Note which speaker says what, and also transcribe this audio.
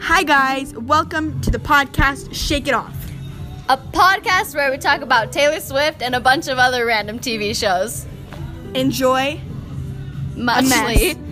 Speaker 1: Hi, guys. Welcome to the podcast Shake It Off.
Speaker 2: a podcast where we talk about Taylor Swift and a bunch of other random TV shows.
Speaker 1: Enjoy.
Speaker 2: Muchly.
Speaker 1: mess.